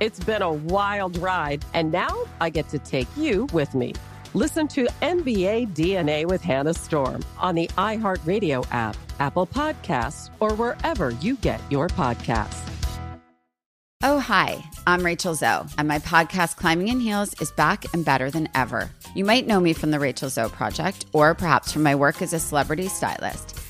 It's been a wild ride, and now I get to take you with me. Listen to NBA DNA with Hannah Storm on the iHeartRadio app, Apple Podcasts, or wherever you get your podcasts. Oh, hi, I'm Rachel Zoe, and my podcast, Climbing in Heels, is back and better than ever. You might know me from the Rachel Zoe Project, or perhaps from my work as a celebrity stylist.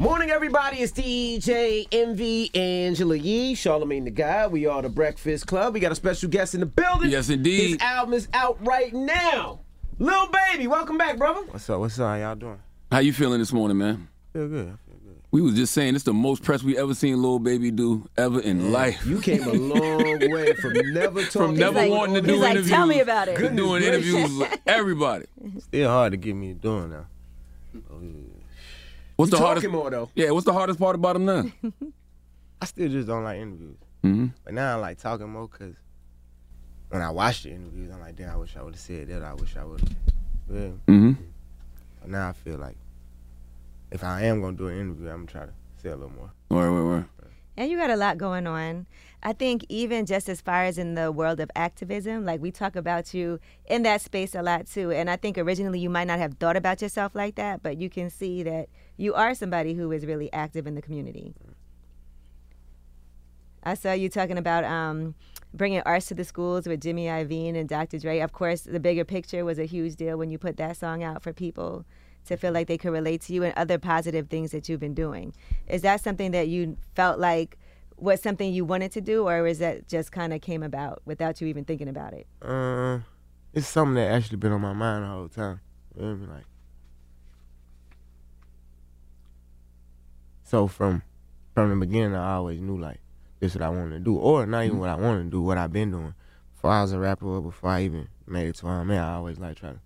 Morning, everybody. It's DJ MV Angela Yee, Charlemagne the Guy. We are the Breakfast Club. We got a special guest in the building. Yes, indeed. His album is out right now. Lil Baby, welcome back, brother. What's up? What's up? Y'all doing? How you feeling this morning, man? Feel good. We was just saying it's the most press we ever seen Lil Baby do ever in life. You came a long way from never talking. From never about wanting to all do this- like, interviews, "Tell me about it." to doing Goodness interviews with everybody. Still hard to get me doing now. Oh, What's the Talking hardest? more though. Yeah, what's the hardest part about him now? I still just don't like interviews. hmm But now I like talking more because when I watch the interviews, I'm like, damn, I wish I would have said that. I wish I would have. Yeah. hmm But now I feel like if I am going to do an interview, I'm going to try to say a little more. Where, where, where? And you got a lot going on. I think even just as far as in the world of activism, like we talk about you in that space a lot too. And I think originally you might not have thought about yourself like that, but you can see that you are somebody who is really active in the community. I saw you talking about um, bringing arts to the schools with Jimmy Iovine and Dr. Dre. Of course, the bigger picture was a huge deal when you put that song out for people to feel like they could relate to you and other positive things that you've been doing. Is that something that you felt like was something you wanted to do, or is that just kind of came about without you even thinking about it? Uh, it's something that actually been on my mind the whole time. You know what I mean? Like, so from from the beginning, I always knew like this what I wanted to do, or not Mm-hmm. even what I wanted to do, what I've been doing. Before I was a rapper, or before I even made it to where I'm at, I always like try to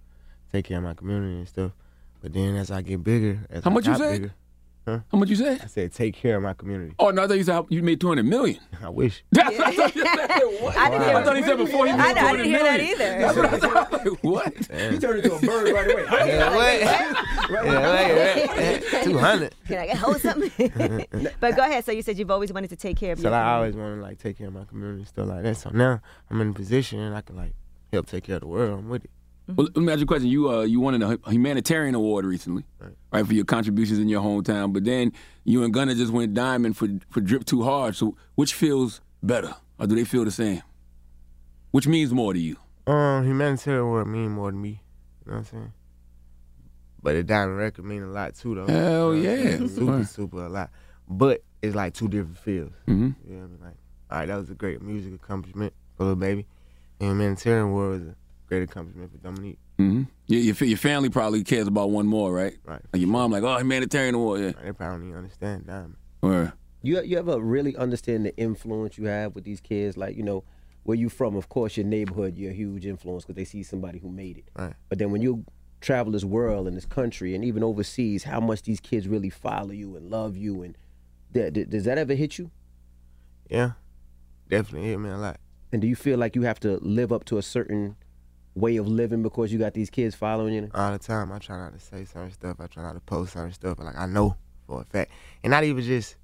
take care of my community and stuff. But then as I get bigger, as How I much you got said? bigger, How much you say? I said take care of my community. Oh no, I thought you said you made two hundred million. I wish. That's what I thought you said. What? I didn't hear- I thought he said before he made I, two I hundred didn't million. hear that either. That's what I thought. I was like, what? You turned into a bird right away. I Yeah, Two hundred. Can I get hold of something? but go ahead. So you said you've always wanted to take care of So your like, I community. always want to like take care of my community and stuff like that. So now I'm in a position and I can like help take care of the world. I'm with it. Well, let me ask you a question. You uh, you won a humanitarian award recently, right. for your contributions in your hometown. But then you and Gunna just went diamond for for drip too hard. So which feels better, or do they feel the same? Which means more to you? Um, humanitarian work mean more to me. You know what I'm saying? But the diamond record mean a lot too, though. Hell You know what I'm Oh, yeah. saying? super, Right. super a lot. But it's like two different fields. Mhm. You know what I mean? Like, all right, that was a great music accomplishment for little baby. And humanitarian work was a great accomplishment for Dominique. Mm-hmm. Your, your, fa- your family probably cares about one more, right? Right. Like your mom, like, oh, humanitarian award. Yeah. They probably don't understand diamond. Or, You you ever really understand the influence you have with these kids? Like you know, where you from? Of course, your neighborhood, you're a huge influence because they see somebody who made it. Right. But then when you travel this world and this country and even overseas, how much these kids really follow you and love you and th- th- does that ever hit you? Yeah, definitely hit me a lot. And do you feel like you have to live up to a certain way of living because you got these kids following you? All the time, I try not to say certain stuff. I try not to post certain stuff. Like I know for a fact, and not even just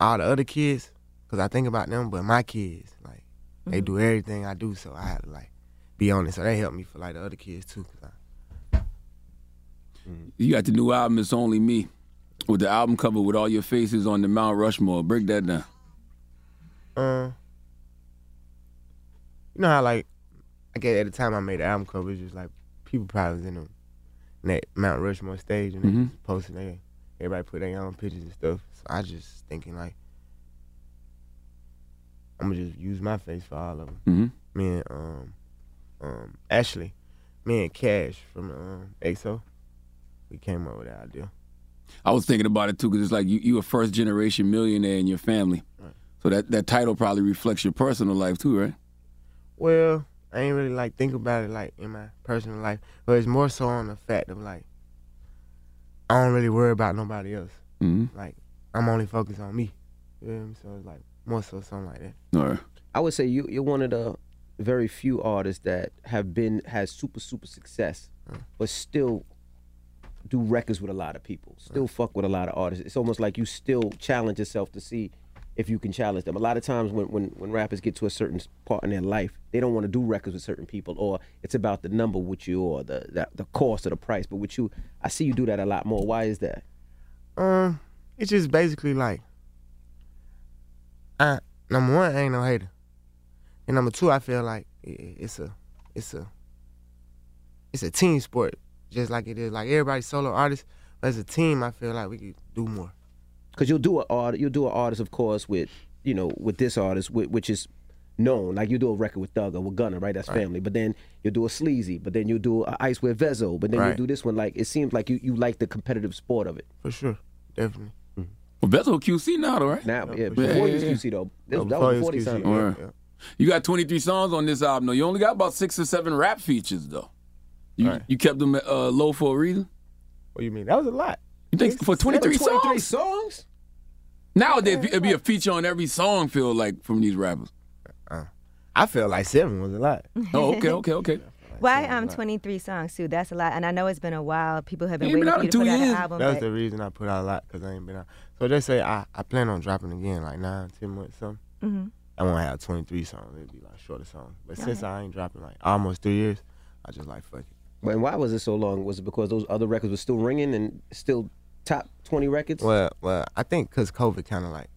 all the other kids, because I think about them, but my kids, like Mm-hmm. they do everything I do, so I had to like be on it. So they help me for like the other kids too. 'cause I- Mm. you got the new album, It's Only Me, with the album cover with all your faces on the Mount Rushmore. Break that down. um, you know how like I guess at the time I made the album cover, it's just like people probably was in them in that Mount Rushmore stage and they Mhm. just posting they everybody put their own pictures and stuff. So I just thinking like I'm gonna just use my face for all of them. Mhm. Me and um um Ashley, me and Cash from um EXO, we came up with that idea. I was thinking about it too, because it's like you, you a first generation millionaire in your family. So that, that title probably reflects your personal life too, right? Well, I ain't really like think about it like in my personal life, but it's more so on the fact of like I don't really worry about nobody else. Mhm. Like I'm only focused on me. You feel me? So it's like more so something like that. I would say you you're one of the very few artists that have been has super super success, but still do records with a lot of people. Still fuck with a lot of artists. It's almost like you still challenge yourself to see if you can challenge them. A lot of times when when when rappers get to a certain s- part in their life, they don't want to do records with certain people, or it's about the number with you, or the the, the cost or the price. But with you, I see you do that a lot more. Why is that? Um, it's just basically like I number one, I ain't no hater. And number two, I feel like i- i- it's a it's a it's a team sport, just like it is like everybody's solo artist, but as a team I feel like we could do more. because you'll do a art, you'll do an artist, of course, with you know with this artist, which, which is known. Like you do a record with Thugger, with Gunner, right? That's Right. family. But then you'll do a Sleazy, but then you'll do a Ice with Vezo, but then Right. you do this one. Like it seems like you you like the competitive sport of it. For sure. Definitely. Well, Bezel QC now, though, right? Now, yeah, before you was QC though. Oh, This- that was before they signed him. Alright. You got 23 songs on this album, though. You only got about six or seven rap features, though. You, you kept them uh, low for a reason? What do you mean? That was a lot. You think for 23 songs? 23 songs? Nowadays, it'd be a feature on every song, feel like, from these rappers. Uh, I feel like seven was a lot. Oh, okay, okay, okay. Why um 23 songs too? That's a lot, and I know it's been a while. People have been Yeah, waiting been for out you to in put two out an years. album. That's but- the reason I put out a lot because I ain't been out. So just say I, I plan on dropping again like nine, ten months something. Mm-hmm. Mhm. I won't have twenty three songs. It'd be like shorter songs. But since Alright. I ain't dropping like almost three years, I just like fuck it. But and why was it so long? Was it because those other records were still ringing and still top 20 records? Well, well, I think because COVID kind of like,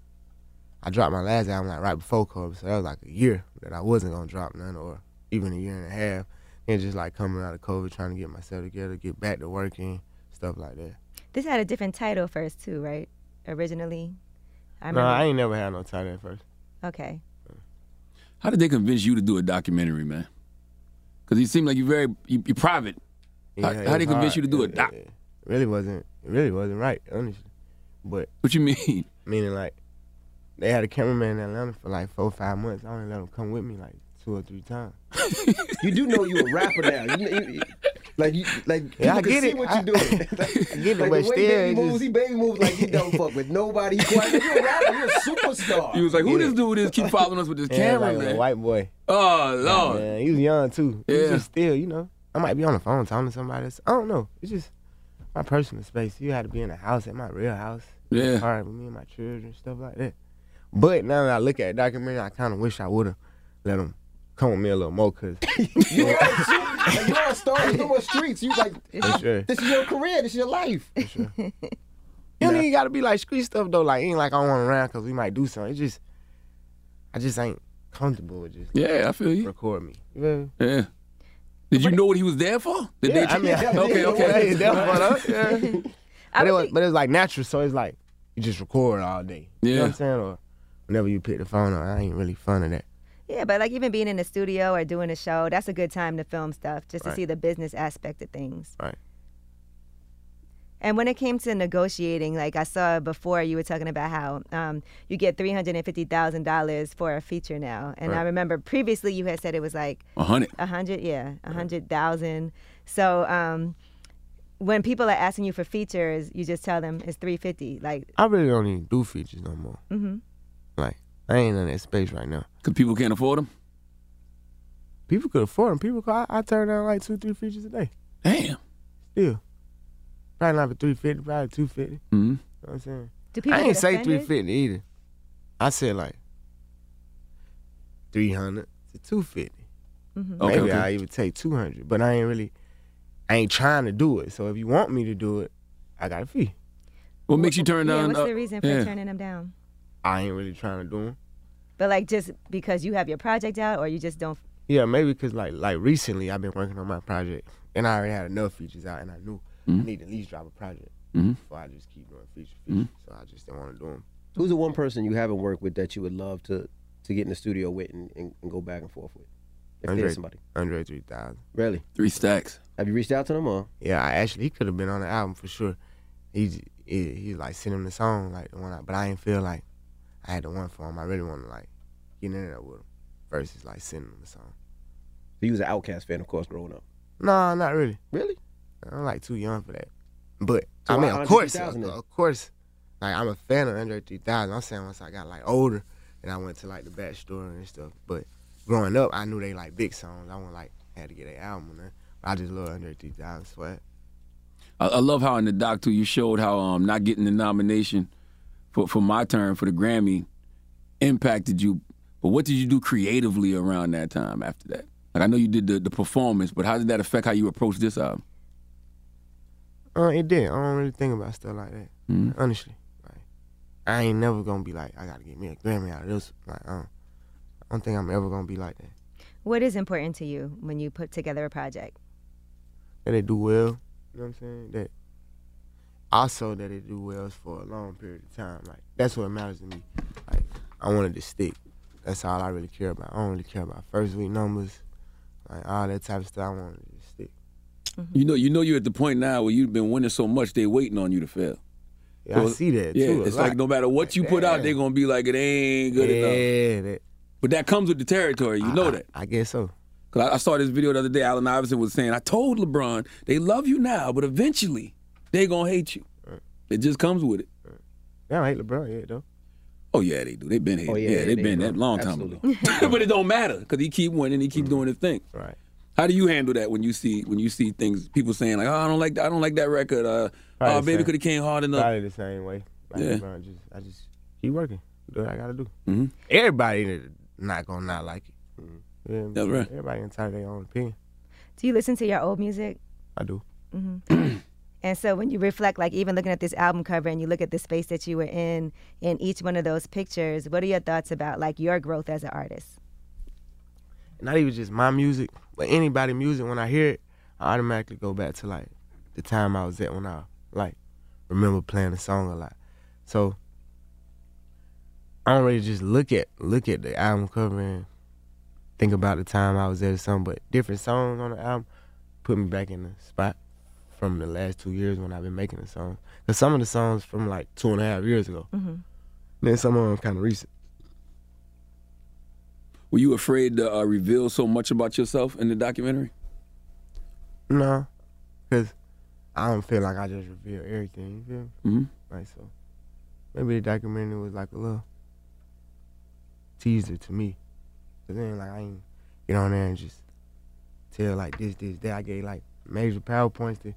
I dropped my last album like right before COVID, so that was like a year that I wasn't gonna drop none, or even a year and a half. And just like coming out of COVID, trying to get myself together, get back to working, stuff like that. This had a different title first too, right? Originally, I no, remember. I ain't never had no title at first. okay. How did they convince you to do a documentary, man? Because you seem like you're very you, you're private. How, Yeah, how they it's convince you to hard. do a It- doc? it really wasn't. It really wasn't right, honestly. But what you mean? Meaning like they had a cameraman in Atlanta for like four, five months. I only let him come with me like two or three times. you do know you a rapper now. You, you, you- like you, like Yeah, I get people can see it. what I- you doing. like, get it, like but the way still, baby it moves, just- he baby moves like he don't fuck with nobody. He quiet. You a rapper, you a superstar. He was like, "Who this dude is? Keep following us with this Yeah, camera, like a man." white boy. Oh Yeah, lord. man, he was young too. He was Yeah. just still, you know. I might be on the phone talking to somebody. Else. I don't know. It's just my personal space. You had to be in the house at my real house. Yeah. All right, with me and my children, stuff like that. But now that I look at the documentary, I kind of wish I would have let him come with me a little more, cause Like, you are a star. You on streets. You like For sure. this is your career. This is your life. You don't even gotta be like street stuff though. Like it ain't like I want around because we might do something. It's just I just ain't comfortable with just Yeah, I feel you. Record me. You feel me? Yeah. Did you know what he was there for? Did Yeah, they- I mean, I did. okay, okay. Hey, that was fun, huh? Yeah. but, it was, but it was like natural, so it's like you just record all day. You know Yeah. what I'm saying? Or whenever you pick the phone up, I ain't really fun of that. Yeah, but like even being in the studio or doing a show, that's a good time to film stuff just to Right. see the business aspect of things. Right. And when it came to negotiating, like I saw before, you were talking about how um, you get three hundred and fifty thousand dollars for a feature now, and I Right. remember previously you had said it was like A hundred. a hundred, yeah, a hundred thousand. So um, when people are asking you for features, you just tell them it's three fifty. Like, I really don't even do features no more. hmm Like, I ain't in that space right now. Because people can't afford them? People could afford them. People, could, I, I turn down like two, three features a day. Damn. Still. Probably not for 350 probably 250 You Mm-hmm. know what I'm saying? Do I people get ain't say offended? 350 either. I said like 300 to 250 Mhm. Maybe Okay, okay. I even take 200 but I ain't really, I ain't trying to do it. So if you want me to do it, I got a fee. What makes you turn yeah, what's the reason for turning them down? I ain't really trying to do them. But like just because you have your project out, or you just don't. Yeah, maybe because like like recently I've been working on my project and I already had enough features out and I knew I Mhm. need to at least drop a project Mhm. before I just keep doing feature feature. Mhm. So I just didn't want to do them. Who's the one person you haven't worked with that you would love to to get in the studio with and, and, and go back and forth with? If Andre- there's somebody. Andre 3000. Really? Three stacks. Have you reached out to them or? Yeah, I actually he could have been on the album for sure. He j- he, he like sent him the song like the one, I, but I ain't feel like I had the one for him. I really want to like get in there with him versus like sending him the song. So you was an Outcast fan, of course, growing up. No, not really. Really? I'm like too young for that. But So I why mean, of Andre course, 3000 of, then? of course, like I'm a fan of Andre 3000. I'm saying once I got like older and I went to like the back store and stuff. But growing up, I knew they like big songs. I wasn't like had to get an album or nothing. But I just love Andre 3000. Sweat. I, I love how in the doc too you showed how um, not getting the nomination for, for my turn for the Grammy impacted you. But what did you do creatively around that time after that? Like I know you did the, the performance, but how did that affect how you approached this album? Uh, it did. I don't really think about stuff like that. Honestly, like I ain't never gonna be like I gotta get me a Grammy out of this. Like I don't, I don't think I'm ever gonna be like that. What is important to you when you put together a project? That they do well. You know what I'm saying? That also that it do well for a long period of time. Like that's what matters to me. Like I wanted to stick. That's all I really care about. I don't really care about first week numbers, like all that type of stuff. I wanted to just stick. Mm-hmm. You know, you know, you're at the point now where you've been winning so much, they waiting on you to fail. Yeah, I see that, Yeah, too, a it's lot. like no matter what you put out, Yeah. they're gonna be like it ain't good enough. That, but that comes with the territory. You know that. I guess so. Cause I, I saw this video the other day. Allen Iverson was saying, "I told LeBron they love you now, but eventually they gonna hate you. It just comes with it." Yeah, I hate LeBron. Yeah, though. Oh yeah, they do. They've been hated. Oh, yeah, yeah, they- they've they been do. that long time ago. but it don't matter because he keep winning. He keep doing his thing. Right. How do you handle that when you see when you see things people saying like, "Oh, I don't like that. I don't like that record. Uh, Probably oh, the baby same- could have came hard enough." Probably the same way. Like Yeah. LeBron, just I just keep working. Do what I gotta do. Mm-hmm. Everybody not gonna not like it. Mm-hmm. Yeah, That's right. Everybody entitled to their own opinion. Do you listen to your old music? I do. hmm and so when you reflect, like even looking at this album cover and you look at the space that you were in in each one of those pictures, what are your thoughts about like your growth as an artist? not even just my music, but anybody music. When I hear it, I automatically go back to like the time I was at when I like remember playing the song a lot. So I don't really just look at look at the album cover and think about the time I was at or something. But different songs on the album put me back in the spot from the last two years when I've been making the songs. Cause some of the songs from like two and a half years ago. Mhm. Then some of them kind of recent. Were you afraid to uh, reveal so much about yourself in the documentary? No, because I don't feel like I just reveal everything. You feel me? Mhm. Like so, maybe the documentary was like a little teaser to me. Cause then like I ain't get on there and just tell like this, this, that. I gave like major powerpoints to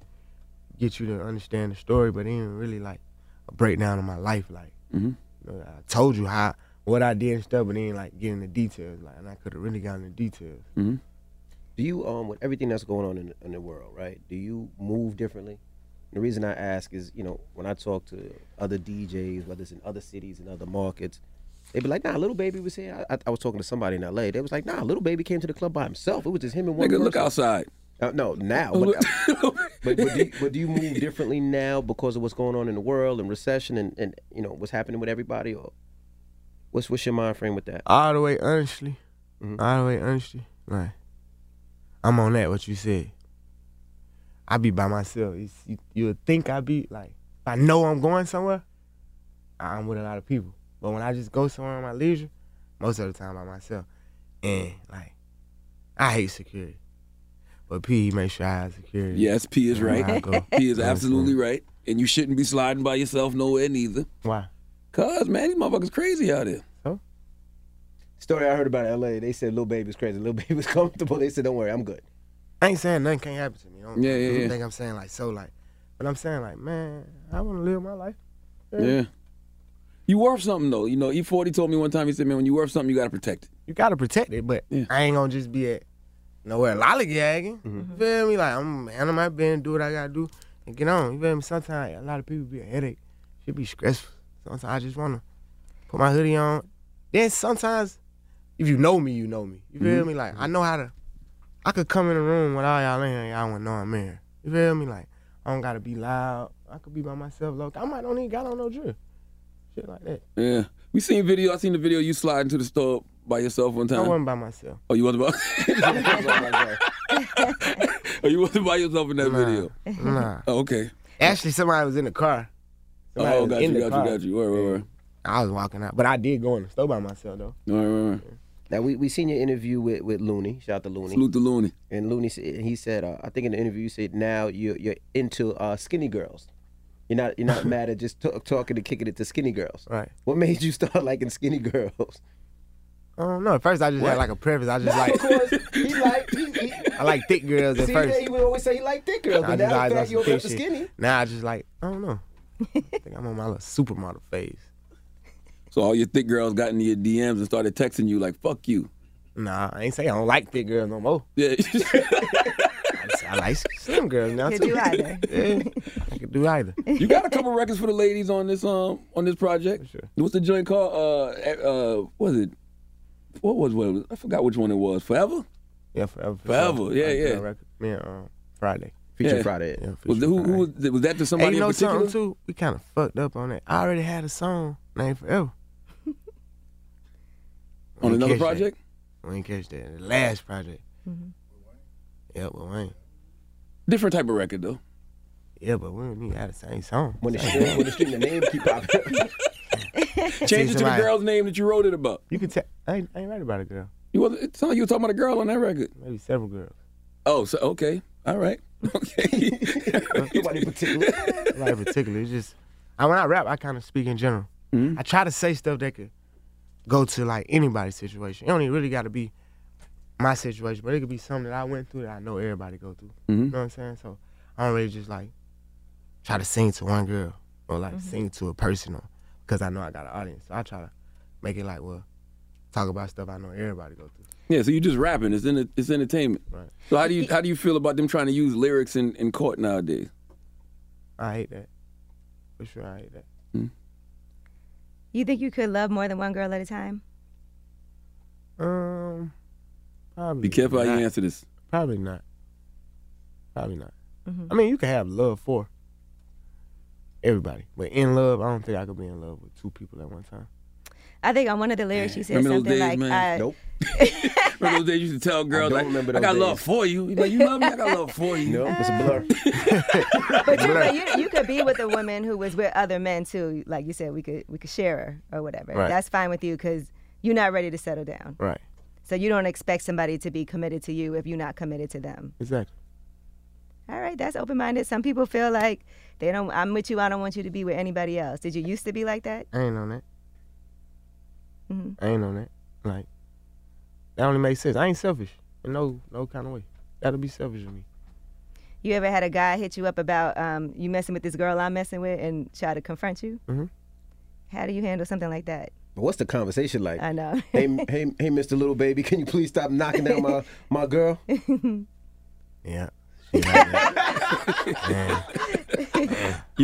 get you to understand the story, but it ain't really like a breakdown of my life. Like Mhm. you know, I told you how what I did and stuff, but then like getting the details. Like and I could have really gotten the details. Mm-hmm. Do you um with everything that's going on in, the- in the world, right? Do you move differently? The reason I ask is, you know, when I talk to other DJs, whether it's in other cities and other markets, They'd be like, nah, little baby was here. I, I, I was talking to somebody in L.A. They was like, nah, little baby came to the club by himself. It was just him and one Nigga, look person. outside. Uh, no, now. But, but, but, do you, but do you move differently now because of what's going on in the world and recession and, and you know what's happening with everybody? Or what's what's your mind frame with that? All the way honestly. All the way honestly. Like, I'm on that, what you said. I be by myself. You, you, you would think I be, like, if I know I'm going somewhere, I'm with a lot of people. But when I just go somewhere on my leisure, most of the time by myself. And, like, I hate security. But P, he make sure I have security. Yes, P is Everywhere I right. go. P is You know what I'm absolutely saying? right. And you shouldn't be sliding by yourself nowhere neither. Why? Cause man, these motherfuckers crazy out there. Story I heard about L.A. They said little baby was crazy. Little baby was comfortable. They said, don't worry, I'm good. I ain't saying nothing can't happen to me. Don't, Yeah, yeah, don't yeah. think I'm saying, like, so, like, but I'm saying, like, man, I want to live my life. Yeah. You worth something though. You know, E40 told me one time. He said, "Man, when you worth something, you gotta protect it." You gotta protect it, but I ain't gonna just be at nowhere lollygagging. Mm-hmm. You feel me? Like I'm a man of my band, do what I gotta do, and get on. You feel me? Sometimes a lot of people be a headache. Should be stressful. Sometimes I just wanna put my hoodie on. Then sometimes, if you know me, you know me. You feel Mm-hmm. Mhm. me? Like I know how to. I could come in the room with all y'all in here, y'all wouldn't know I'm in here. You feel me? Like I don't gotta be loud. I could be by myself. Low. I might don't even got on no drill. Shit like that. Yeah. We seen video. I seen the video. You sliding to the store by yourself one I time. wasn't by myself. Oh, you wasn't by. oh, you wasn't by yourself in that video. nah. Oh, okay. Actually, somebody was in the car. Somebody oh, was got you, in the got car. you, got you. Word, word, word. I was walking out, but I did go in the store by myself though. Now we, we seen your interview with, with Looney. Shout out to Looney. Salute to Looney. And Looney said- he said uh, I think in the interview you said now you're you're into uh, skinny girls. You're not you're not mad at just t- talking and kicking it to skinny girls. Right. What made you start liking skinny girls? I don't know. At first, I just What? had like a preference. I just Now, like of course, he like he, he, I like thick girls at see, first. he would always say he liked thick girls, I but just now in always fact you like some open up to thick shit. skinny. Now I just like I don't know. I think I'm on my little supermodel phase. So all your thick girls got into your DMs and started texting you like, "Fuck you." Nah, I ain't say I don't like thick girls no more. Yeah. I like slim girls now Could too. do either. yeah, I could do either. you got a couple records for the ladies on this um on this project. What's the joint called? Uh, uh, was it? What was what? it was- I forgot which one it was. Forever. Yeah, forever. Forever. Yeah, I did a yeah. record. Me and um, Friday. Feature Yeah. Friday. Yeah, Was, the- who, who was, was that to Hey, somebody you know in particular? something too? We kind of fucked up on that. I already had a song named Forever. On We another catch that. project? We didn't catch that. The last project. Yeah, but Wayne. Different type of record though. Yeah, but we don't need to have the same song. When the street, when the street, the name keep popping. Change it to the girl's name that you wrote it about. You can tell. I ain't, I ain't right about a girl. You was it sounded like you were talking about a girl on that record. Maybe several girls. Oh, so okay, all right. Nobody in particular. Not in particular. It's just I, when I rap, I kind of speak in general. Mm-hmm. I try to say stuff that could go to like anybody's situation. It don't even really got to be my situation, but it could be something that I went through that I know everybody go through. Mm-hmm. You know what I'm saying? So I don't really just like try to sing to one girl or like Mhm. sing to a person or because I know I got an audience. So I try to make it like well, talk about stuff I know everybody go through. Yeah, so you just rapping. It's in it's entertainment. Right. So how do you how do you feel about them trying to use lyrics in, in court nowadays? I hate that. For sure, I hate that. You think you could love more than one girl at a time? Uh, Um, probably. Be careful how not. you answer this. Probably not. Probably not. I mean, you can have love for everybody, but in love, I don't think I could be in love with two people at one time. I think on one of the lyrics you said Remember those days, something like, man? uh, nope. remember those days you used to tell girls like, I got those love days. for you. You Like you love me, I got love for you. No, it's a blur. but you, but you, you could be with a woman who was with other men too. Like you said, we could we could share her or whatever. Right. That's fine with you because you're not ready to settle down. Right. So you don't expect somebody to be committed to you if you're not committed to them. Exactly. All right, that's open minded. Some people feel like they don't. I'm with you. I don't want you to be with anybody else. Did you used to be like that? I ain't on that. hmm I ain't on that. Like, that only makes sense. I ain't selfish in no no kind of way. That'll be selfish of me. You ever had a guy hit you up about um, you messing with this girl I'm messing with and try to confront you? Mhm. How do you handle something like that? But what's the conversation like? I know. hey, m- hey, m- hey, Mr. Little Baby, can you please stop knocking down my my girl? Yeah. You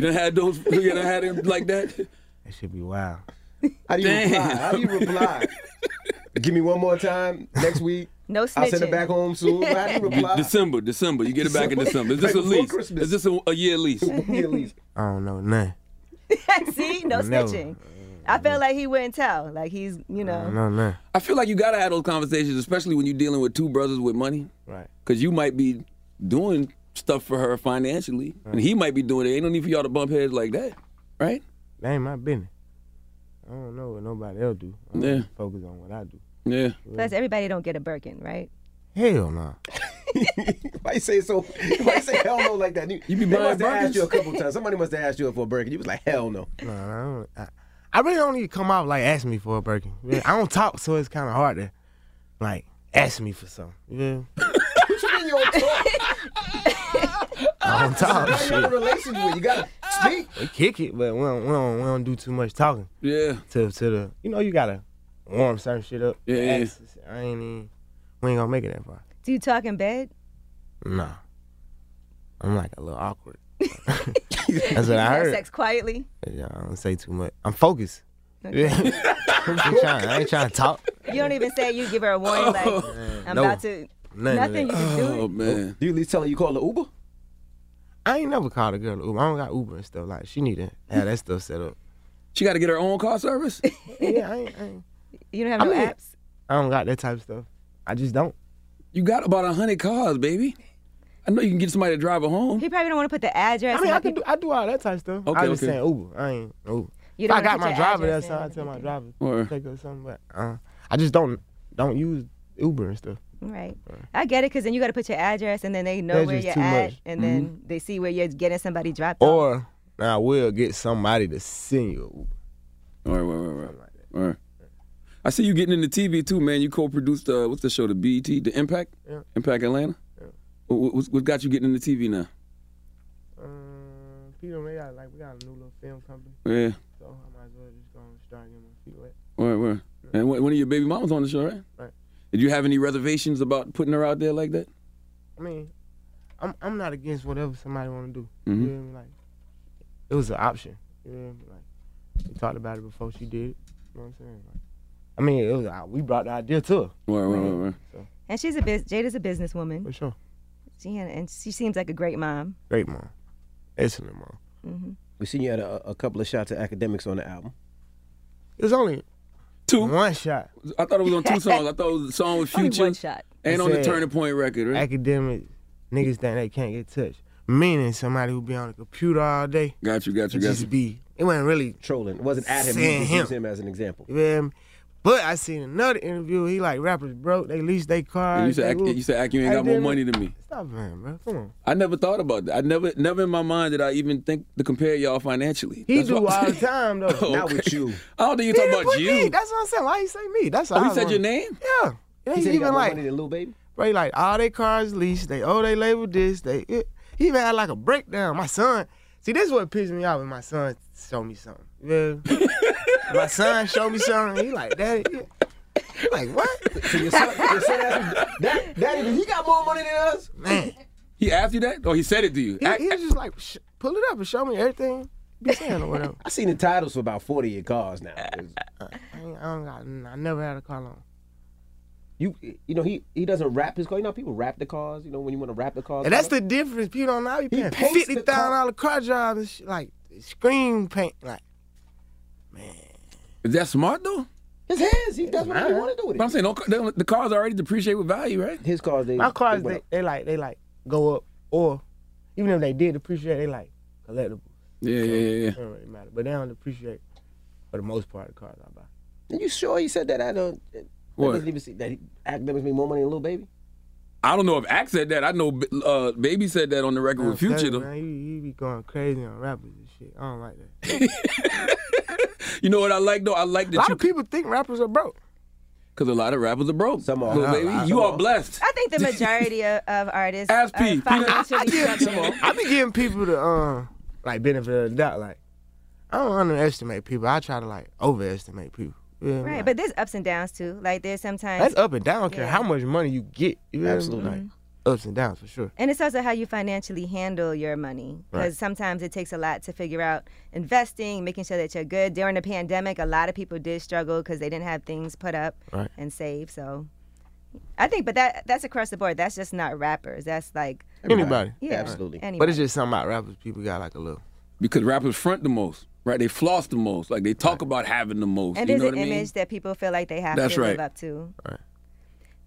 done had those you done had it like that? That should be wild. How do you reply? How do you reply? Give me one more time next week. No I'll send it snitching. back home soon. How do you reply? December, December. You get it back in December. Is this a Right before lease? Is this a, a year lease? I don't know nothing. See, no Never. snitching. I feel like he wouldn't tell. Like he's, you know. No, no. I feel like you gotta have those conversations, especially when you're dealing with two brothers with money. Right. Because you might be doing stuff for her financially, and he might be doing it. Ain't no need for y'all to bump heads like that, right? That ain't my business. I don't know what nobody else do. I'm Yeah. just focused on what I do. Yeah. Mm-hmm. Plus, everybody don't get a Birkin, right? Hell no. Why you say so? Why you say hell no like that? You, be they buying must have asked burgers? you a couple times. Somebody must have asked you for a burger. You was like hell no. No, I don't. I, I really don't need to come out like asking me for a Birkin. Really, I don't talk, so it's kind of hard to like ask me for something. Yeah. what you mean you don't talk? I don't talk. That's not your shit. relations with. You gotta speak. We kick it, but we don't, we don't we don't do too much talking. Yeah. To to the you know you gotta warm certain shit up. Yeah, yeah. Ask- I ain't even, we ain't gonna make it that far. Do you talk in bed? Nah. I'm like a little awkward. That's what you I have heard. Sex quietly. Yeah, I don't say too much. I'm focused. Okay. Yeah. I'm just trying- I ain't trying to talk. You don't even say you give her a warning like I'm No. about to. None of Nothing. that. You can do it. man. Do you at least tell her you call her Uber? I ain't never called a girl Uber. I don't got Uber and stuff. Like she need to have that stuff set up. She got to get her own car service. yeah, I ain't, I ain't. You don't I have no mean- apps. I don't got that type of stuff. I just don't. You got about a hundred cars, baby. I know you can get somebody to drive her home. He probably don't want to put the address. I mean, and I can do. I do all that type of stuff. Okay, I just okay. saying Uber. I ain't Uber. You If don't I got put my your driver. address That's how I in. tell my driver Or- take her something. But uh, I just don't don't use Uber and stuff. Right. I get it, cause then you got to put your address, and then they know That's where just you're too at, much. and Mm-hmm. then they see where you're getting somebody Oh. dropped off. Or I will get somebody to send you an Uber. All right, all right, all right, all right. I see you getting into TV too, man. You co-produced uh, what's the show, the BET, the Impact, Yeah. Impact Atlanta. What, what, what got you getting into TV now? Um, Peter, we got like we got a new little film company, Yeah, so I might as well just go and start getting my feet wet. all right, all right. And one one of your baby mamas on the show, right? Right. Did you have any reservations about putting her out there like that? I mean, I'm I'm not against whatever somebody want to do. Mhm. Mm-hmm. You feel me? Like it was an option. You feel me? Like we talked about it before she did. it. You know what I'm saying? Like, I mean, it was uh, we brought the idea to her. All right, all right, all right. And she's a biz- Jada's a businesswoman. For sure. She and she seems like a great mom. Great mom, excellent mom. hmm We seen you had a, a couple of shots of academics on the album. It was only two one shot. I thought it was on two songs. I thought it was a Oh, song with Only Future one shot. and on the Said- Turning Point record, right? Academic niggas think they can't get touched. Meaning somebody who be on the computer all day. Got you, got you, and got just you. be. It wasn't really trolling. It wasn't at him. You Saying just him. used him as an example. You feel me? But I seen another interview. He like rappers broke. They lease their cars. And you said, they Ack- woo- you said, Ack, you ain't got more Academic- money than me. Stop, man, bro. Come on. I never thought about that. I never, never in my mind did I even think to compare y'all financially. He That's do why- all the time though. Oh, Not okay. with you. I don't think you talking He didn't about put you. me. That's what I'm saying. Why he say me? That's Oh, all he I said your wanna- name? Yeah. It He ain't said he got even more like, money than Lil Baby. bro, he like all their cars leased. They owe they label this. They it, he even had like a breakdown. My son, see, this is what pissed me off when my son showed me something. Yeah. my son showed me something. He like, daddy, yeah. I'm like what? So your son, your son asked him, "Dad- Daddy, he got more money than us? Man, He asked you that? Or he said it to you? he, Ack- he was just like, Sh- pull it up and show me everything. Be saying or whatever. I seen the titles for about 40 of your cars now. I, ain't, I don't got. I never had a car loan. You you know, he, he doesn't wrap his car. You know, how people wrap the cars, you know, when you want to wrap the cars. And that's the difference. People don't know. You He paying paints fifty the thousand car. dollar car job and shit, like screen paint. Like Is that smart though? His hands, he does whatever he want to do with But I'm it. saying, do the cars already depreciate with value, right? His cars, they. my cars, went they, they up. like they like go up or even if they did appreciate, they like collectible. Yeah, yeah, yeah, yeah. It don't really matter, but they don't appreciate for the most part the cars I buy. And you sure he said that at a. that What? doesn't even see that he- academics make more money than Lil Baby? I don't know if Ack said that. I know uh, Baby said that on the record I'm with Future. telling you, Though. man, you, you be going crazy on rappers and shit. I don't like that. You know what I like though? I like A lot that you of people think rappers are broke. because a lot of rappers are broke. Some are. Lil Nah, baby, I- you some are are. blessed. I think the majority of, of artists Ask are P. financially struggling. I be giving people the um like benefit of the doubt. Like I don't underestimate people. I try to like overestimate people. You know? Right, but there's ups and downs too. Like there's sometimes That's up and down. I don't care Yeah. how much money you get. You know what I mean? Absolutely. Like, ups and downs for sure. And it's also how you financially handle your money. Because Right. sometimes it takes a lot to figure out investing, making sure that you're good. During the pandemic, a lot of people did struggle because they didn't have things put up Right. and save. So I think, but that that's across the board. That's just not rappers. That's like Anybody, Yeah, But it's just something about rappers. People got like a little. Because rappers front the most, right? They floss the most. Like they talk about having the most. And you there's know an what I mean? image that people feel like they have That's to right. live up to. Right.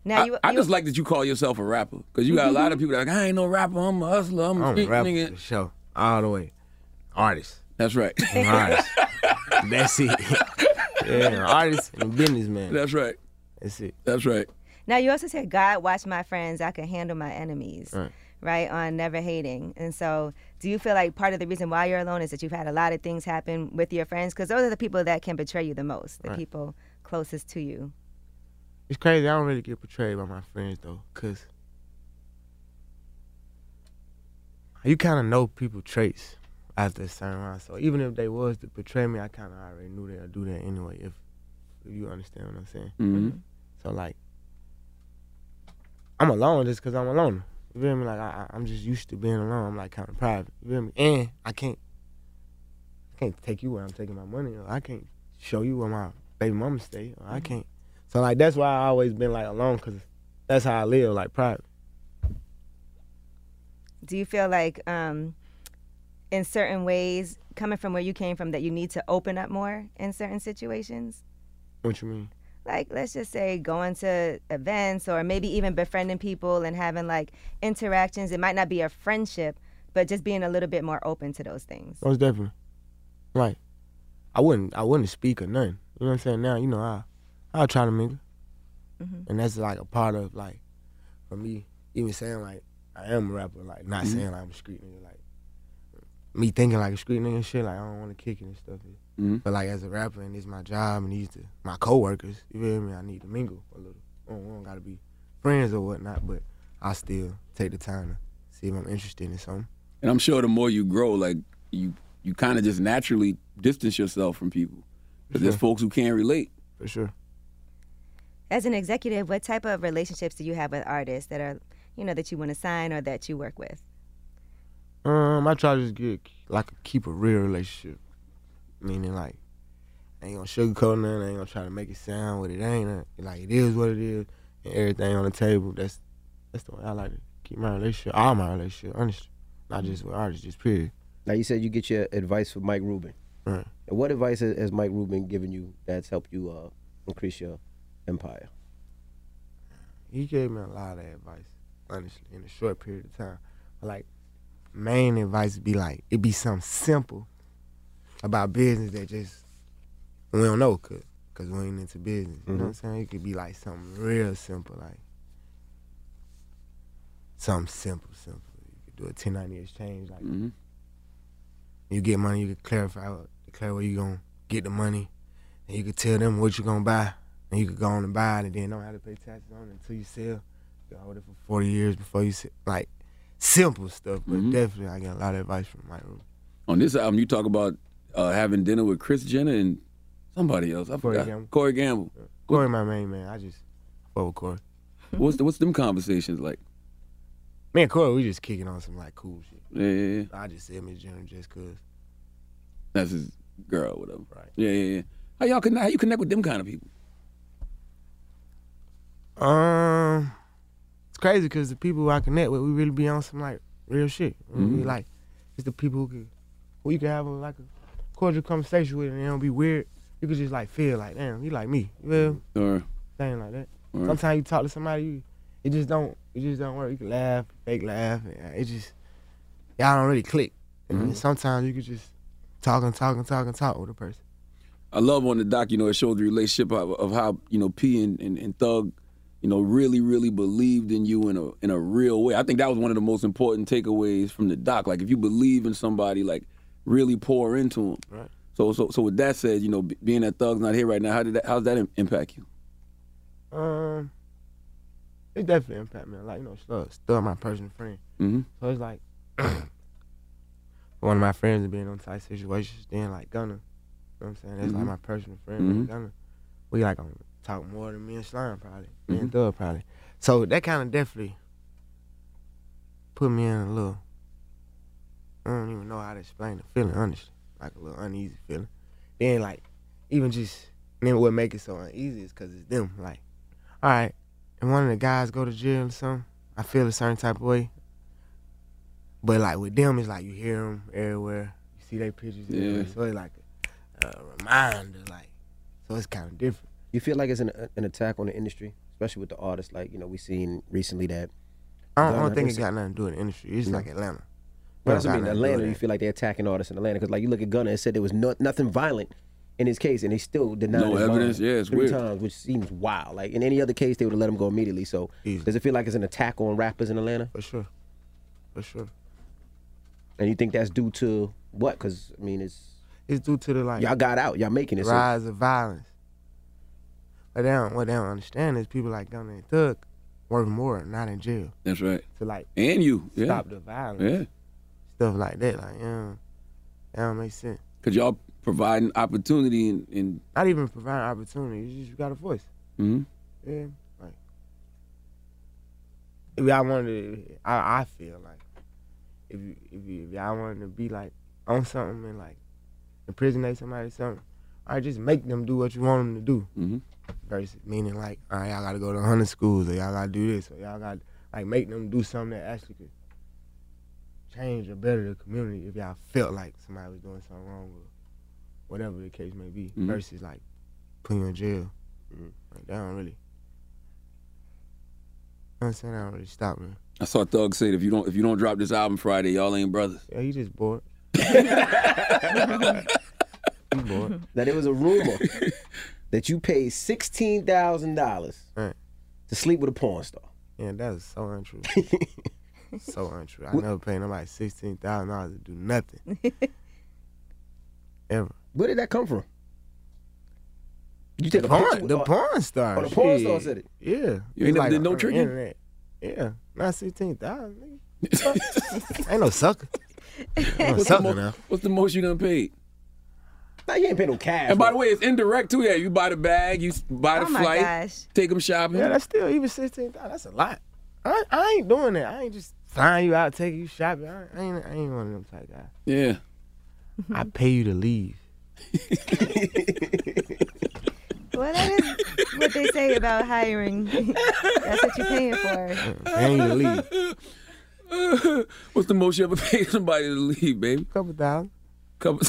Now I, you, I you- just like that you call yourself a rapper because you got a lot of people that are like I ain't no rapper. I'm a hustler. I'm a I'm a street rapper nigga. for sure, all the way. Artist. That's right. Artist. That's it. yeah, artist and businessman. That's right. That's it. That's right. now you also said, "God, watch my friends. I can handle my enemies." Right. right on never hating and so do you feel like part of the reason why you're alone is that you've had a lot of things happen with your friends because those are the people that can betray you the most the Right. people closest to you It's crazy. I don't really get portrayed by my friends though, cause you kind of know people traits after a certain round. So even if they was to portray me, I kind of already knew they'll do that anyway. If if you understand what I'm saying. Mhm. So like, I'm alone just cause I'm alone. You feel me? Like I, I- I'm just used to being alone. I'm like kind of private. You feel me? And I can't, I can't take you where I'm taking my money. Or I can't show you where my baby mama stay. Or I can't. So like that's why I always been like alone, cause that's how I live, like private. do you feel like um, in certain ways coming from where you came from that you need to open up more in certain situations What you mean? like let's just say going to events or maybe even befriending people and having like interactions it might not be a friendship but just being a little bit more open to those things Most definitely. Like, I wouldn't, I wouldn't speak or nothing. You know what I'm saying? Now, you know, I, I'll try to mingle, Mhm. and that's like a part of like, for me, even saying like I am a rapper, like not Mhm. saying like I'm a street nigga, like me thinking like a street nigga and shit, like I don't want to kick it and stuff. Mhm. But like as a rapper, and it's my job, and these the, my coworkers, you feel me? I need to mingle a little. I don't, we don't gotta be friends or whatnot, but I still take the time to see if I'm interested in something. And I'm sure the more you grow, like you you kind of just naturally distance yourself from people. But there's folks who can't relate. For sure. As an executive, what type of relationships do you have with artists that are, you know, that you want to sign or that you work with? Um, I try to just get like keep a real relationship, meaning like I ain't gonna sugarcoat nothing. I ain't gonna try to make it sound what it ain't. uh, Like it is what it is, and everything on the table. That's that's the way I like to keep my relationship, all my relationship, honestly, not just with artists, just period. Mm-hmm. Now you said you get your advice from Mike Rubin. Right. And what advice has has Mike Rubin given you that's helped you uh, increase your empire? He gave me a lot of advice, honestly, in a short period of time. But like main advice be like it be something simple about business that just we don't know cause, 'cause we ain't into business. You know what I'm saying? It could be like something real simple, like something simple, simple. You could do a 1090 exchange, like you get money, you can clarify, declare where you gonna get the money, and you can tell them what you gonna buy, and you could go on and buy it, and then don't have to pay taxes on it until you sell. You hold it for 40 years before you sell. Like simple stuff, but definitely I get a lot of advice from my room. Mm-hmm. On this album, you talk about uh, having dinner with Chris Jenner and somebody else. I Corey forgot. Gamble. Corey Gamble. Corey, my main man, I just fuck with Corey. What's the, what's them conversations like? Me and Corey, we just kicking on some like cool shit. Yeah, yeah, yeah. I just said Miss Jenner just cause. That's his girl, whatever. Right. Yeah, yeah, yeah. How y'all connect? How you connect with them kind of people? Um, it's crazy because the people who I connect with, we really be on some like real shit. We Mhm. like, it's the people who can, who you can have a, like a cordial conversation with, and it don't be weird. You can just like feel like, damn, he like me. You feel? me? Or Thing like that. Right. Sometimes you talk to somebody, you, it just don't, it just don't work. You can laugh, fake laugh, and uh, it just y'all don't really click. And then Mhm. sometimes you can just talk and talk and talk and talk with a person. I love on the doc, you know, it showed the relationship of, of how, you know, P and, and, and Thug, you know, really, really believed in you in a in a real way. I think that was one of the most important takeaways from the doc. Like if you believe in somebody, like really pour into them. Right. So so so with that said, you know, b- being that Thug's not here right now, how did that how's that im- impact you? Um, it definitely impact me. Like you know, Slug, Slug, my personal friend. Mhm. So it's like one of my friends being on tight situations, then like Gunna. You know what I'm saying? That's Mhm. like my personal friend, man, Mhm. Gunna. We like on talk more than me and Slime probably. Me and Thug probably. So that kind of definitely put me in a little. I don't even know how to explain the feeling, honestly. Like a little uneasy feeling. Then like, even just then what make it so uneasy is because it's them. Like, all right, and one of the guys go to jail or something. I feel a certain type of way. But like with them, it's like you hear them everywhere. You see their pictures. Yeah. Everywhere. So it's like a, a reminder. Like, so it's kind of different. You feel like it's an, an attack on the industry, especially with the artists. Like you know, we seen recently that. I don't, I don't think it got nothing to do with the industry. It's like Atlanta. But It that's don't what I got nothing mean. to do Atlanta, with you that. feel like they're attacking artists in Atlanta because, like, you look at Gunna and said there was no, nothing violent in his case, and they still denied No his evidence? bond Yeah, it's three weird. times, which seems wild. Like in any other case, they would have let him go immediately. So, does it feel like it's an attack on rappers in Atlanta? For sure, for sure. And you think that's due to what? Because I mean, it's it's due to the like y'all got out, y'all making it. so- rise of violence. But they don't, what they don't understand is people like Gunna and Thug worth more, not in jail. That's right. To like and you yeah. stop the violence. Yeah, Stuff like that, like yeah, that don't make sense. because y'all providing opportunity and, and Not even providing opportunity. You just got a voice. mhm. Yeah, like if y'all wanted, to, I, I feel like if you, if, you, if y'all wanted to be like on something and like impersonate somebody or something, I just make them do what you want them to do. Mm-hmm. Versus meaning like, all right, y'all gotta go to hundred schools or y'all gotta do this or y'all gotta like make them do something that actually could change or better the community if y'all felt like somebody was doing something wrong or whatever the case may be. Mhm. Versus like putting you in jail. Like that don't really. I'm saying that don't really stop me. I saw Thug say if you don't if you don't drop this album Friday, y'all ain't brothers. Yeah, he just bored. that it was a rumor that you paid sixteen thousand dollars to sleep with a porn star. Yeah, that was so untrue. so untrue. I never paid nobody sixteen thousand dollars to do nothing. Ever. Where did that come from? You the take a picture porn, with- the oh, porn star. oh, the porn shit. star said it. Yeah. You ain't never did no tricking? Yeah, not sixteen thousand. ain't no sucker. Ain't no What's the, sucker mo- now. what's the most you done paid? Nah, you ain't paid no cash. And by the way, it's indirect too. Yeah, you buy the bag, you s- buy the Oh my flight, gosh. take them shopping. Yeah, that's still even sixteen thousand. That's a lot. I, I ain't doing that. I ain't just flying you out, taking you shopping. I, I ain't I ain't one of them type guys. Yeah. I pay you to leave. Well, that is what they say about hiring. That's what you're paying for. Paying you to leave. What's the most you ever paid somebody to leave, baby? Couple thousand. Couple.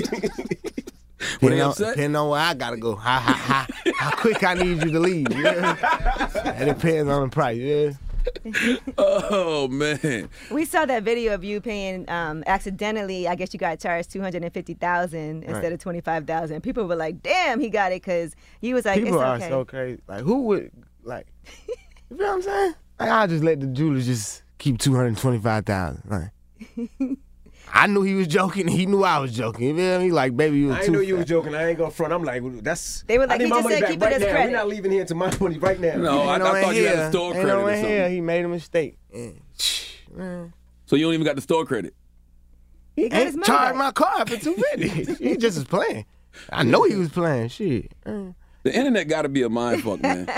Depending on, depending on where I gotta go. Ha ha ha. How quick I need you to leave. Yeah. it depends on the price. Yeah. oh man. We saw that video of you paying um, accidentally. I guess you got charged two hundred and fifty thousand instead Right. of twenty five thousand. People were like, "Damn, he got it," because you was like, People "It's are okay." so crazy. Like who would like? You feel what I'm saying? Like I just let the jeweler just keep two hundred twenty five thousand. Like I knew he was joking. He knew I was joking. You feel me? Like baby, you was I ain't too know you was fat. joking. I ain't gonna front. I'm like, that's. They were I like, need "He my just money said back keep it right as now. credit." We're not leaving here to my money right now. No, I, I Ain't no one thought you had here. a store Ain't credit no or one something. here. He made a mistake. Yeah. Man. So you don't even got the store credit. He got his ain't money charged back. my car for two fifty. he just was playing. I know he was playing. Shit. Mm. The internet got to be a mind fuck, man.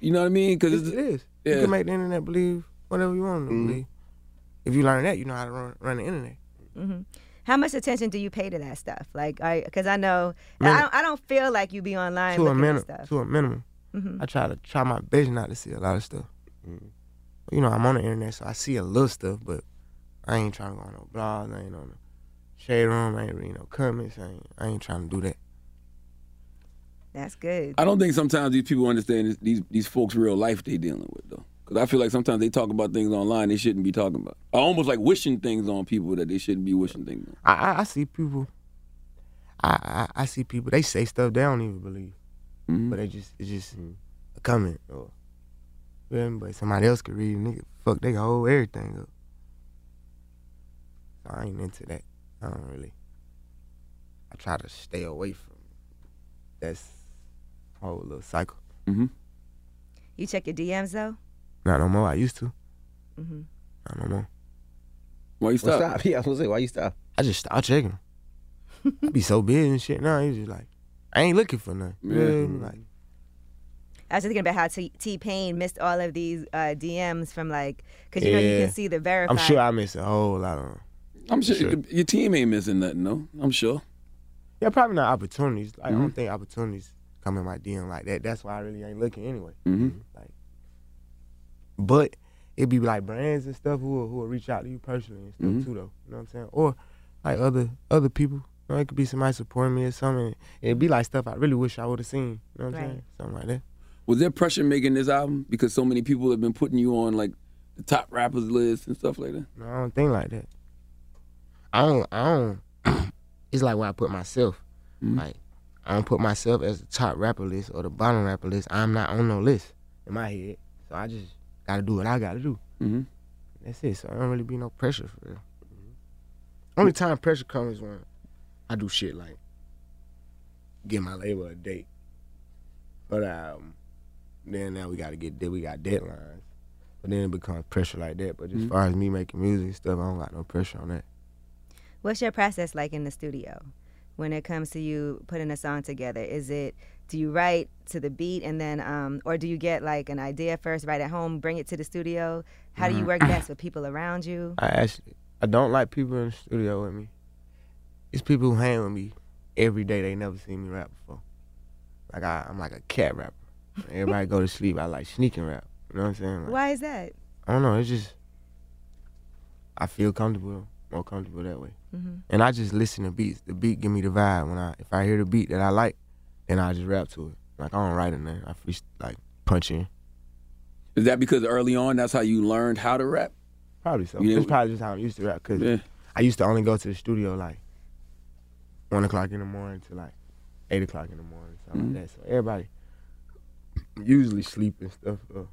You know what I mean? Because It is. You Yeah. Mm-hmm. can make the internet believe whatever you want them to believe. If you learn that, you know how to run, run the internet. How much attention do you pay to that stuff? Like, because I know Minute. I don't, I don't feel like you be online to a looking at minimum. stuff. Mm-hmm. To a minimum. I try to try my best not to see a lot of stuff. You know, I'm on the internet, so I see a little stuff, but I ain't trying to go on no blogs. I ain't on no shade room. I ain't reading no comments. I ain't, I ain't trying to do that. That's good. I don't think sometimes these people understand this, these these folks' real life they dealing with though. Because I feel like sometimes they talk about things online they shouldn't be talking about. I almost like wishing things on people that they shouldn't be wishing things on. I I, I see people. I, I I see people. They say stuff they don't even believe, but they just it's just a comment or. feel me? But somebody else could read and nigga fuck they whole everything up. So I ain't into that. I don't really. I try to stay away from that's whole little cycle. Mm-hmm. You check your DMs though. Not no more. I used to. Mhm. Not no more. Why you stop? Yeah, I was gonna say, why you stop? I just stopped checking. 'em. I be so busy and shit. Now it's just like I ain't looking for nothing. You know what I mean? Like I was just thinking about how T Pain missed all of these uh, DMs from like, because you know you Yeah. can see the verified. I'm sure I missed a whole lot of them. I'm sure, your team ain't missing nothing, though. I'm sure. Yeah, probably not opportunities. Like, I Mm-hmm. don't think opportunities come in my DM like that. That's why I really ain't looking anyway. Mm-hmm. Like, but it'd be like brands and stuff who will, who will reach out to you personally and stuff Mhm. too, though. You know what I'm saying? Or like other other people. You know, it could be somebody supporting me or something. It'd be like stuff I really wish I would have seen. You know what I'm Right. saying? Something like that. Was there pressure making this album because so many people have been putting you on like the top rappers list and stuff like that? No, I don't think like that. I don't. I don't. it's like where I put myself. Like I don't put myself as the top rapper list or the bottom rapper list. I'm not on no list in my head. So I just gotta do what I gotta do. Mm-hmm. That's it. So I don't really be no pressure for real. Only time pressure comes when I do shit like give my label a date for the album. Then now we gotta get then we got deadlines. But then it becomes pressure like that. But as Mhm. far as me making music and stuff, I don't got no pressure on that. What's your process like in the studio when it comes to you putting a song together? Is it do you write to the beat and then, um, or do you get like an idea first, write at home, bring it to the studio? How do you work best with people around you? Mm-hmm. I actually I don't like people in the studio with me. It's people who hang with me every day. They never seen me rap before. Like I, I'm like a cat rapper. Everybody go to sleep. I like sneaking rap. You know what I'm saying? Like, Why is that? I don't know. It's just I feel comfortable, more comfortable that way. Mhm. And I just listen to beats. The beat give me the vibe. When I if I hear the beat that I like, then I just rap to it. Like I don't write in there. I free like punch in. Is that because early on that's how you learned how to rap? Probably so. Yeah. It's probably just how I'm used to rap. Cause Yeah. I used to only go to the studio like one o'clock in the morning to like eight o'clock in the morning, something Mm-hmm. Mhm. like that. So everybody usually sleep and stuff. So,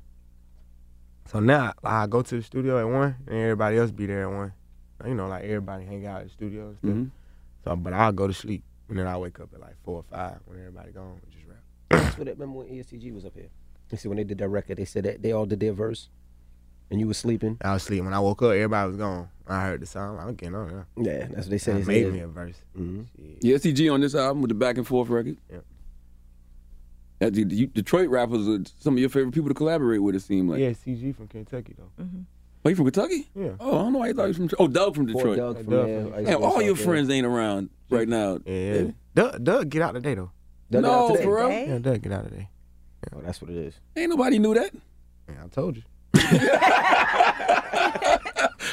so now I go to the studio at one, and everybody else be there at one. You know, like everybody hang out at the studio and Mm-hmm. stuff. Mhm. So, but I'll go to sleep, and then I wake up at like four or five when everybody gone and just rap. That's what I remember when ESTG was up here. You see, when they did that record, they said that they all did their verse, and you were sleeping. I was sleeping. When I woke up, everybody was gone. I heard the song. I'm getting on. Yeah, that's what they said. I They made said- Mm-hmm. me a verse. Yeah, SCG on this album with the back and forth record. Yeah. That, you- you- Detroit rappers are some of your favorite people to collaborate with. It seemed like. Yeah, CG from Kentucky though. Are you from Kentucky? Yeah. Oh, I don't know. I thought you from. Oh, Doug from Poor Detroit. Doug from Doug there. from Damn, Detroit. all your Yeah. friends ain't around right now. Yeah. Doug, Doug, get out today though. Doug get out No, today. for real? Yeah, Doug, get out today. Oh, that's what it is. Ain't nobody knew that. I told you.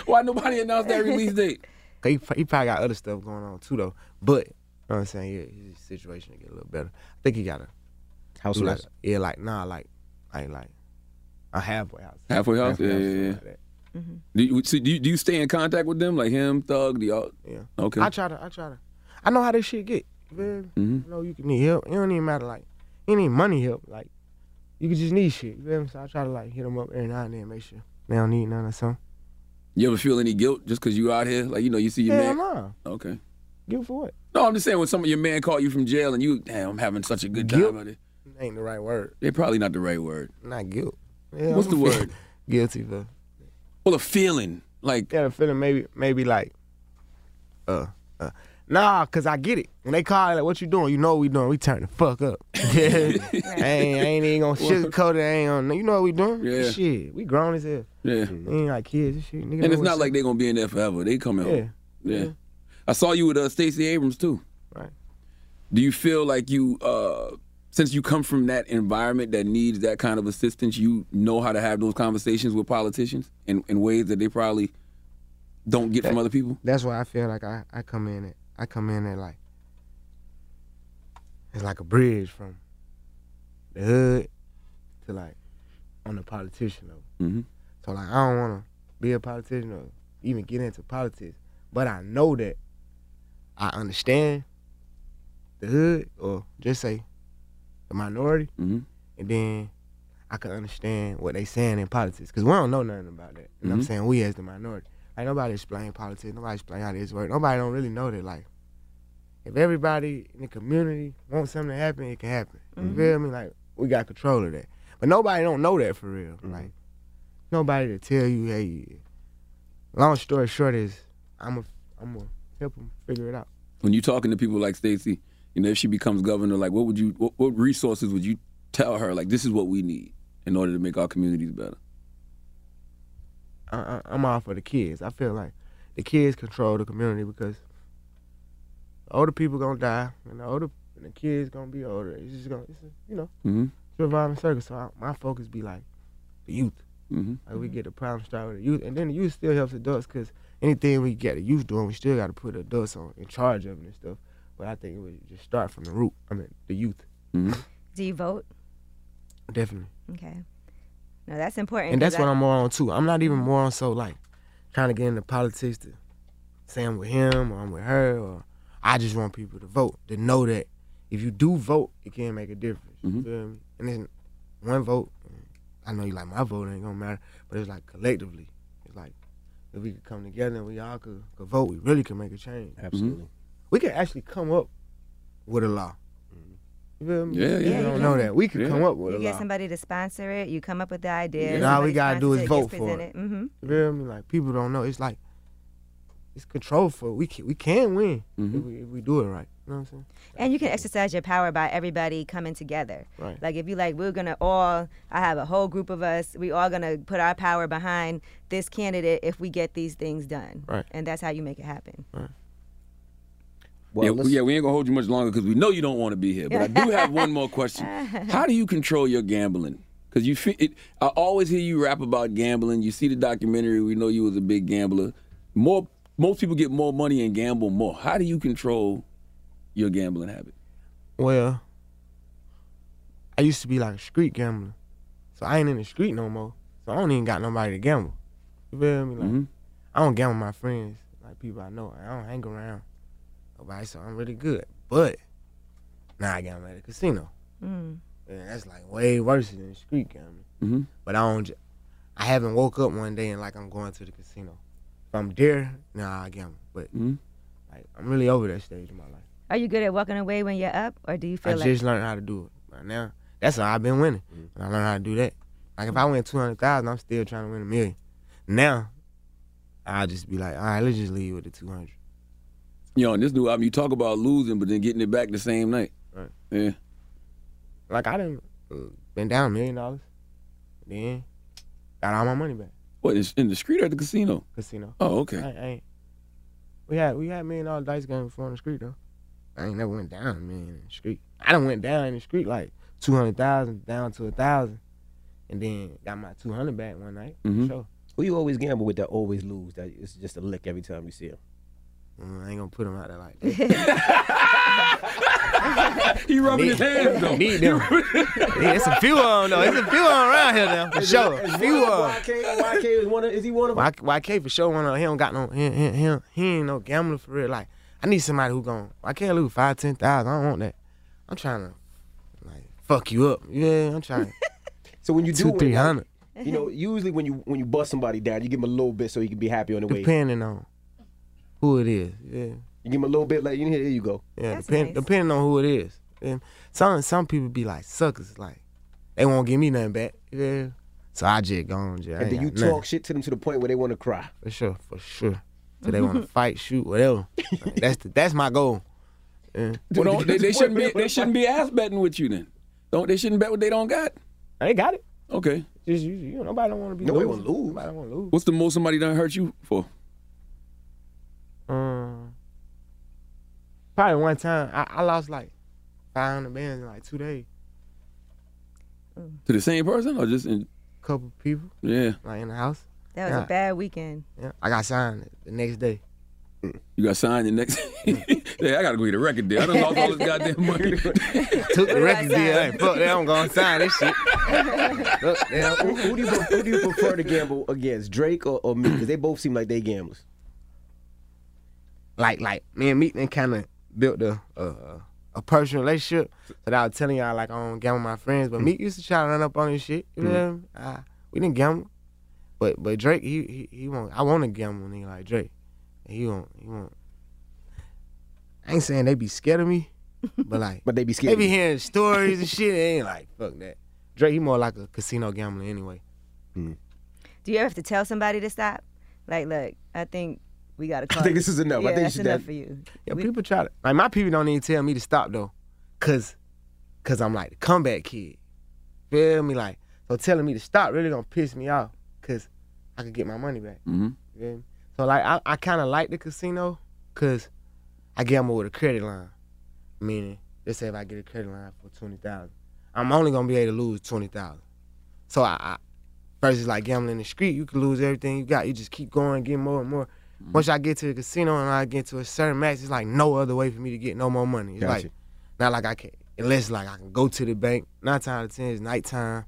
Why nobody announced that release date? 'Cause He, he probably got other stuff going on too though. But you know what I'm saying, yeah, his situation to get a little better. I think he got a House Oh, do like, arrest? Yeah, like nah, like like like a halfway house. Halfway house. Yeah, something yeah, yeah. like that. Do you, so do you do you stay in contact with them like him, Thug? Do y'all? Yeah. Okay. I try to, I try to. I know how this shit get. Man. Mhm. I know you can need help. It don't even matter like, you need money help. Like, you can just need shit. You feel me? So I try to like hit them up every now and then, make sure they don't need none or something. You ever feel any guilt just because you out here? Like you know, you see your Hell man. nah. Okay. Guilt for what? No, I'm just saying when some of your man called you from jail and you, damn, I'm having such a good time. Guilt? out here." Ain't the right word. They're probably not the right word. Not guilt. Yeah, What's I'm the word? Guilty for. Well, a feeling like. Yeah, the feeling maybe maybe like, uh, uh, nah, cause I get it. When they call like, what you doing? You know what we doing? We turn the fuck up. I, ain't, I ain't even gonna sugarcoat it. I ain't on. You know what we doing? Yeah. Shit, we grown as hell. Yeah. We ain't like kids and shit. Nigga Mm-hmm. know And it's what's not like up. they're gonna be in there forever. They coming home. Yeah. Yeah. I saw you with uh, Stacey Abrams too. Right. Do you feel like you, uh, since you come from that environment that needs that kind of assistance, you know how to have those conversations with politicians in, in ways that they probably don't get from other people? That's why I feel like I, I come in at I come in at like it's like a bridge from the hood to like on the politician level. Mm-hmm. So like I don't wanna be a politician or even get into politics. But I know that I understand the hood or just say the minority mm-hmm. and then I can understand what they saying in politics. Cause we don't know nothing about that. You know what I'm Mhm. saying? We as the minority. Like nobody explain politics, nobody explain how this work. Nobody don't really know that like if everybody in the community wants something to happen, it can happen. You feel me? Like we got control of that. But nobody don't know that for real. Like nobody to tell you, hey. Long story short is I'm a I'm gonna help them figure it out. When you're talking to people like Stacey, you know, if she becomes governor, like what would you, what, what resources would you tell her like this is what we need in order to make our communities better? I, I, I'm all for the kids. I feel like the kids control the community because the older people gonna die, and the older and the kids gonna be older. It's just gonna, it's a, you know, Mhm. it's a revolving circle. So I, my focus be like the youth. Mhm. Like we get the problem started with the youth, and then the youth still helps adults because anything we get the youth doing, we still got to put adults on in charge of it and stuff. But I think it would just start from the root. I mean, the youth, Do you vote? definitely. Okay. No, that's important. And 'cause that's what I- I'm more on too. I'm not even more on so like trying to get into politics to say I'm with him or I'm with her or I just want people to vote to know that if you do vote, it can make a difference. You feel me? And then one vote, I know you like my vote ain't gonna matter, but it's like collectively, it's like if we could come together and we all could, could vote, we really can make a change. Mm-hmm. Absolutely. We could actually come up with a law. You feel me? Yeah, yeah. People Yeah, you don't can. know that. We could Yeah. come up with You a get law. somebody to sponsor it. You come up with the idea. And all we somebody gotta do sponsors is it, vote for gets it. presented. Mhm. You feel me? Like people don't know. It's like it's control for we can we can win if, we, if we do it right. You know what I'm saying? And you can exercise your power by everybody coming together. Right. Like if you like, we're gonna all. I have a whole group of us. We all gonna put our power behind this candidate if we get these things done. Right. And that's how you make it happen. yeah, yeah, we ain't gonna hold you much longer because we know you don't want to be here. But I do have one more question. How do you control your gambling? Because you, fe- it, I always hear you rap about gambling. You see the documentary. We know you was a big gambler. More, most people get more money and gamble more. How do you control your gambling habit? Well, I used to be like a street gambler, so I ain't in the street no more. So I don't even got nobody to gamble. You feel me? Like I don't gamble with my friends, like people I know. I don't hang around nobody, so I'm really good. But now I gamble at a casino. Mm. And that's like way worse than street gambling. Mm-hmm. But I don't. j- I haven't woke up one day and like I'm going to the casino. If I'm there, nah, I gamble. But like I'm really over that stage in my life. Are you good at walking away when you're up, or do you feel I like just learned how to do it. Right now, that's how I've been winning. And I learned how to do that. Like if I win two hundred thousand, I'm still trying to win a million. Now, I'll just be like, all right, let's just leave with the two hundred. Yo, and this new album, you talk about losing, but then getting it back the same night. Right. Yeah. Like I didn't been down a million dollars. Then got all my money back. What is in the street or at the casino? Casino. Oh, okay. Uh, I, I ain't. We had we had million dollar dice game before on the street though. I ain't never went down a million in the street. I done went down in the street like two hundred thousand down to a thousand, and then got my two hundred back one night. Mhm. Sure. Who you always gamble with that always lose? That it's just a lick every time you see him. Mm, I ain't gonna put him out there like that. he rubbing his hands, though. Need them. yeah, it's a few of them though. It's a few of them around here now for sure. A few of them. YK, YK is one of. Is he one of? Y- YK for sure one of them. He don't got no. He, he, he, he ain't no gambler for real. Like I need somebody who gon' I can't lose five ten thousand. I don't want that. I'm trying to fuck you up. Yeah, I'm trying. so when you do Two, win, three like, hundred. You know, usually when you when you bust somebody down, you give him a little bit so he can be happy on the way. depending on who it is. Yeah. You give him a little bit, like you here, here you go. Yeah, depend, depending on who it is. And some some people be like suckers, like they won't give me nothing back. Yeah. So I just gone. Yeah, I and ain't then you got nothing. talk shit to them to the point where they want to cry. for sure, for sure. So they want to fight, shoot, whatever. Like, that's the, that's my goal. Yeah. Well, don't, they, they shouldn't be. They shouldn't be ass betting with you then. Don't they shouldn't bet what they don't got? They got it. Okay. Just you, you know, nobody don't want to be. Nobody losing. wanna lose. Nobody want to lose. What's the most somebody done hurt you for? Um, probably one time I, I lost like five hundred bands in like two days. To the same person or just in? Couple people. Yeah. Like in the house. that was Yeah. a bad weekend? Yeah, I got signed the next day. You got signed the next. yeah, I gotta go get a record deal. I done lost all this goddamn money. Took the record deal. Hey, fuck that. I'm going to sign this shit. Look, Now, who, who do you pre- who do you prefer to gamble against, Drake or, or me? Because they both seem like they gamblers. Like, like, me and Meek then kind of built a, a a personal relationship. So that I was telling y'all, like, I don't gamble with my friends. Mm. But Meek used to try to run up on his shit. You know what I mean? I, we didn't gamble. But but Drake, he he, he won't. I want to gamble nigga like Drake. And he won't. He won't. I ain't saying they be scared of me, but like, but they be scared. They be hearing stories and shit. They ain't like fuck that. Drake, he more like a casino gambler anyway. Do you ever have to tell somebody to stop? Like, look, I think we gotta. Call think this is enough. I Yeah, think you that's should enough def- for you. Yeah, people try to like my people don't even tell me to stop though, cause, cause I'm like the comeback kid. Feel me? Like, so telling me to stop really gonna piss me off because I could get my money back. Mm-hmm. You feel me? So, like, I, I kind of like the casino because I get them with a credit line. Meaning, let's say if I get a credit line for 20000 I'm only gonna be able to lose 20000 So, I, I versus like gambling in the street, you can lose everything you got. You just keep going, get more and more. Mm. Once I get to the casino and I get to a certain max, it's like no other way for me to get no more money. It's Gotcha. like not like I can unless like I can go to the bank. Nine times out of ten it's nighttime.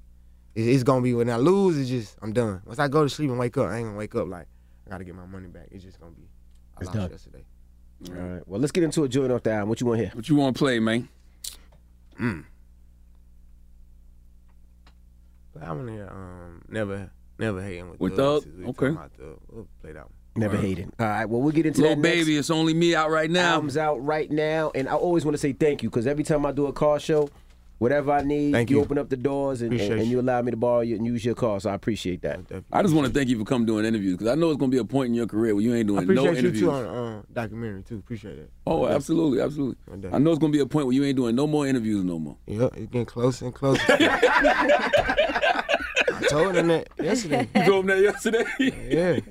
It's, it's gonna be when I lose, it's just I'm done. Once I go to sleep and wake up, I ain't gonna wake up like I gotta get my money back. It's just gonna be I It's lost done. yesterday. All right. Well, let's get into a joint off the album. What you want here? What you want to play, man? Mm. But I wanna hear um never never hating with, With Thug? Thug, since we Okay. talking about Thug. We'll play that one. Never hated. All right. Well, we'll get into Lil that next. Baby, it's only me out right now. Album's out right now, and I always want to say thank you because every time I do a car show, whatever I need, Thank you, you. open up the doors and, Appreciate and, and you. you allow me to borrow you and use your car. So I appreciate that. I just want to thank you for coming doing interviews because I know it's gonna be a point in your career where you ain't I doing appreciate no you interviews. too on um, documentary too. Appreciate that. Oh, Yeah. absolutely, absolutely. day. I know it's gonna be a point where you ain't doing no more interviews no more. Yeah, it's getting closer and closer. I told him that yesterday. You told him that yesterday.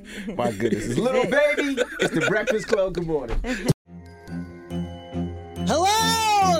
yeah. My goodness, it's little baby. It's the Breakfast Club. Good morning. Hello,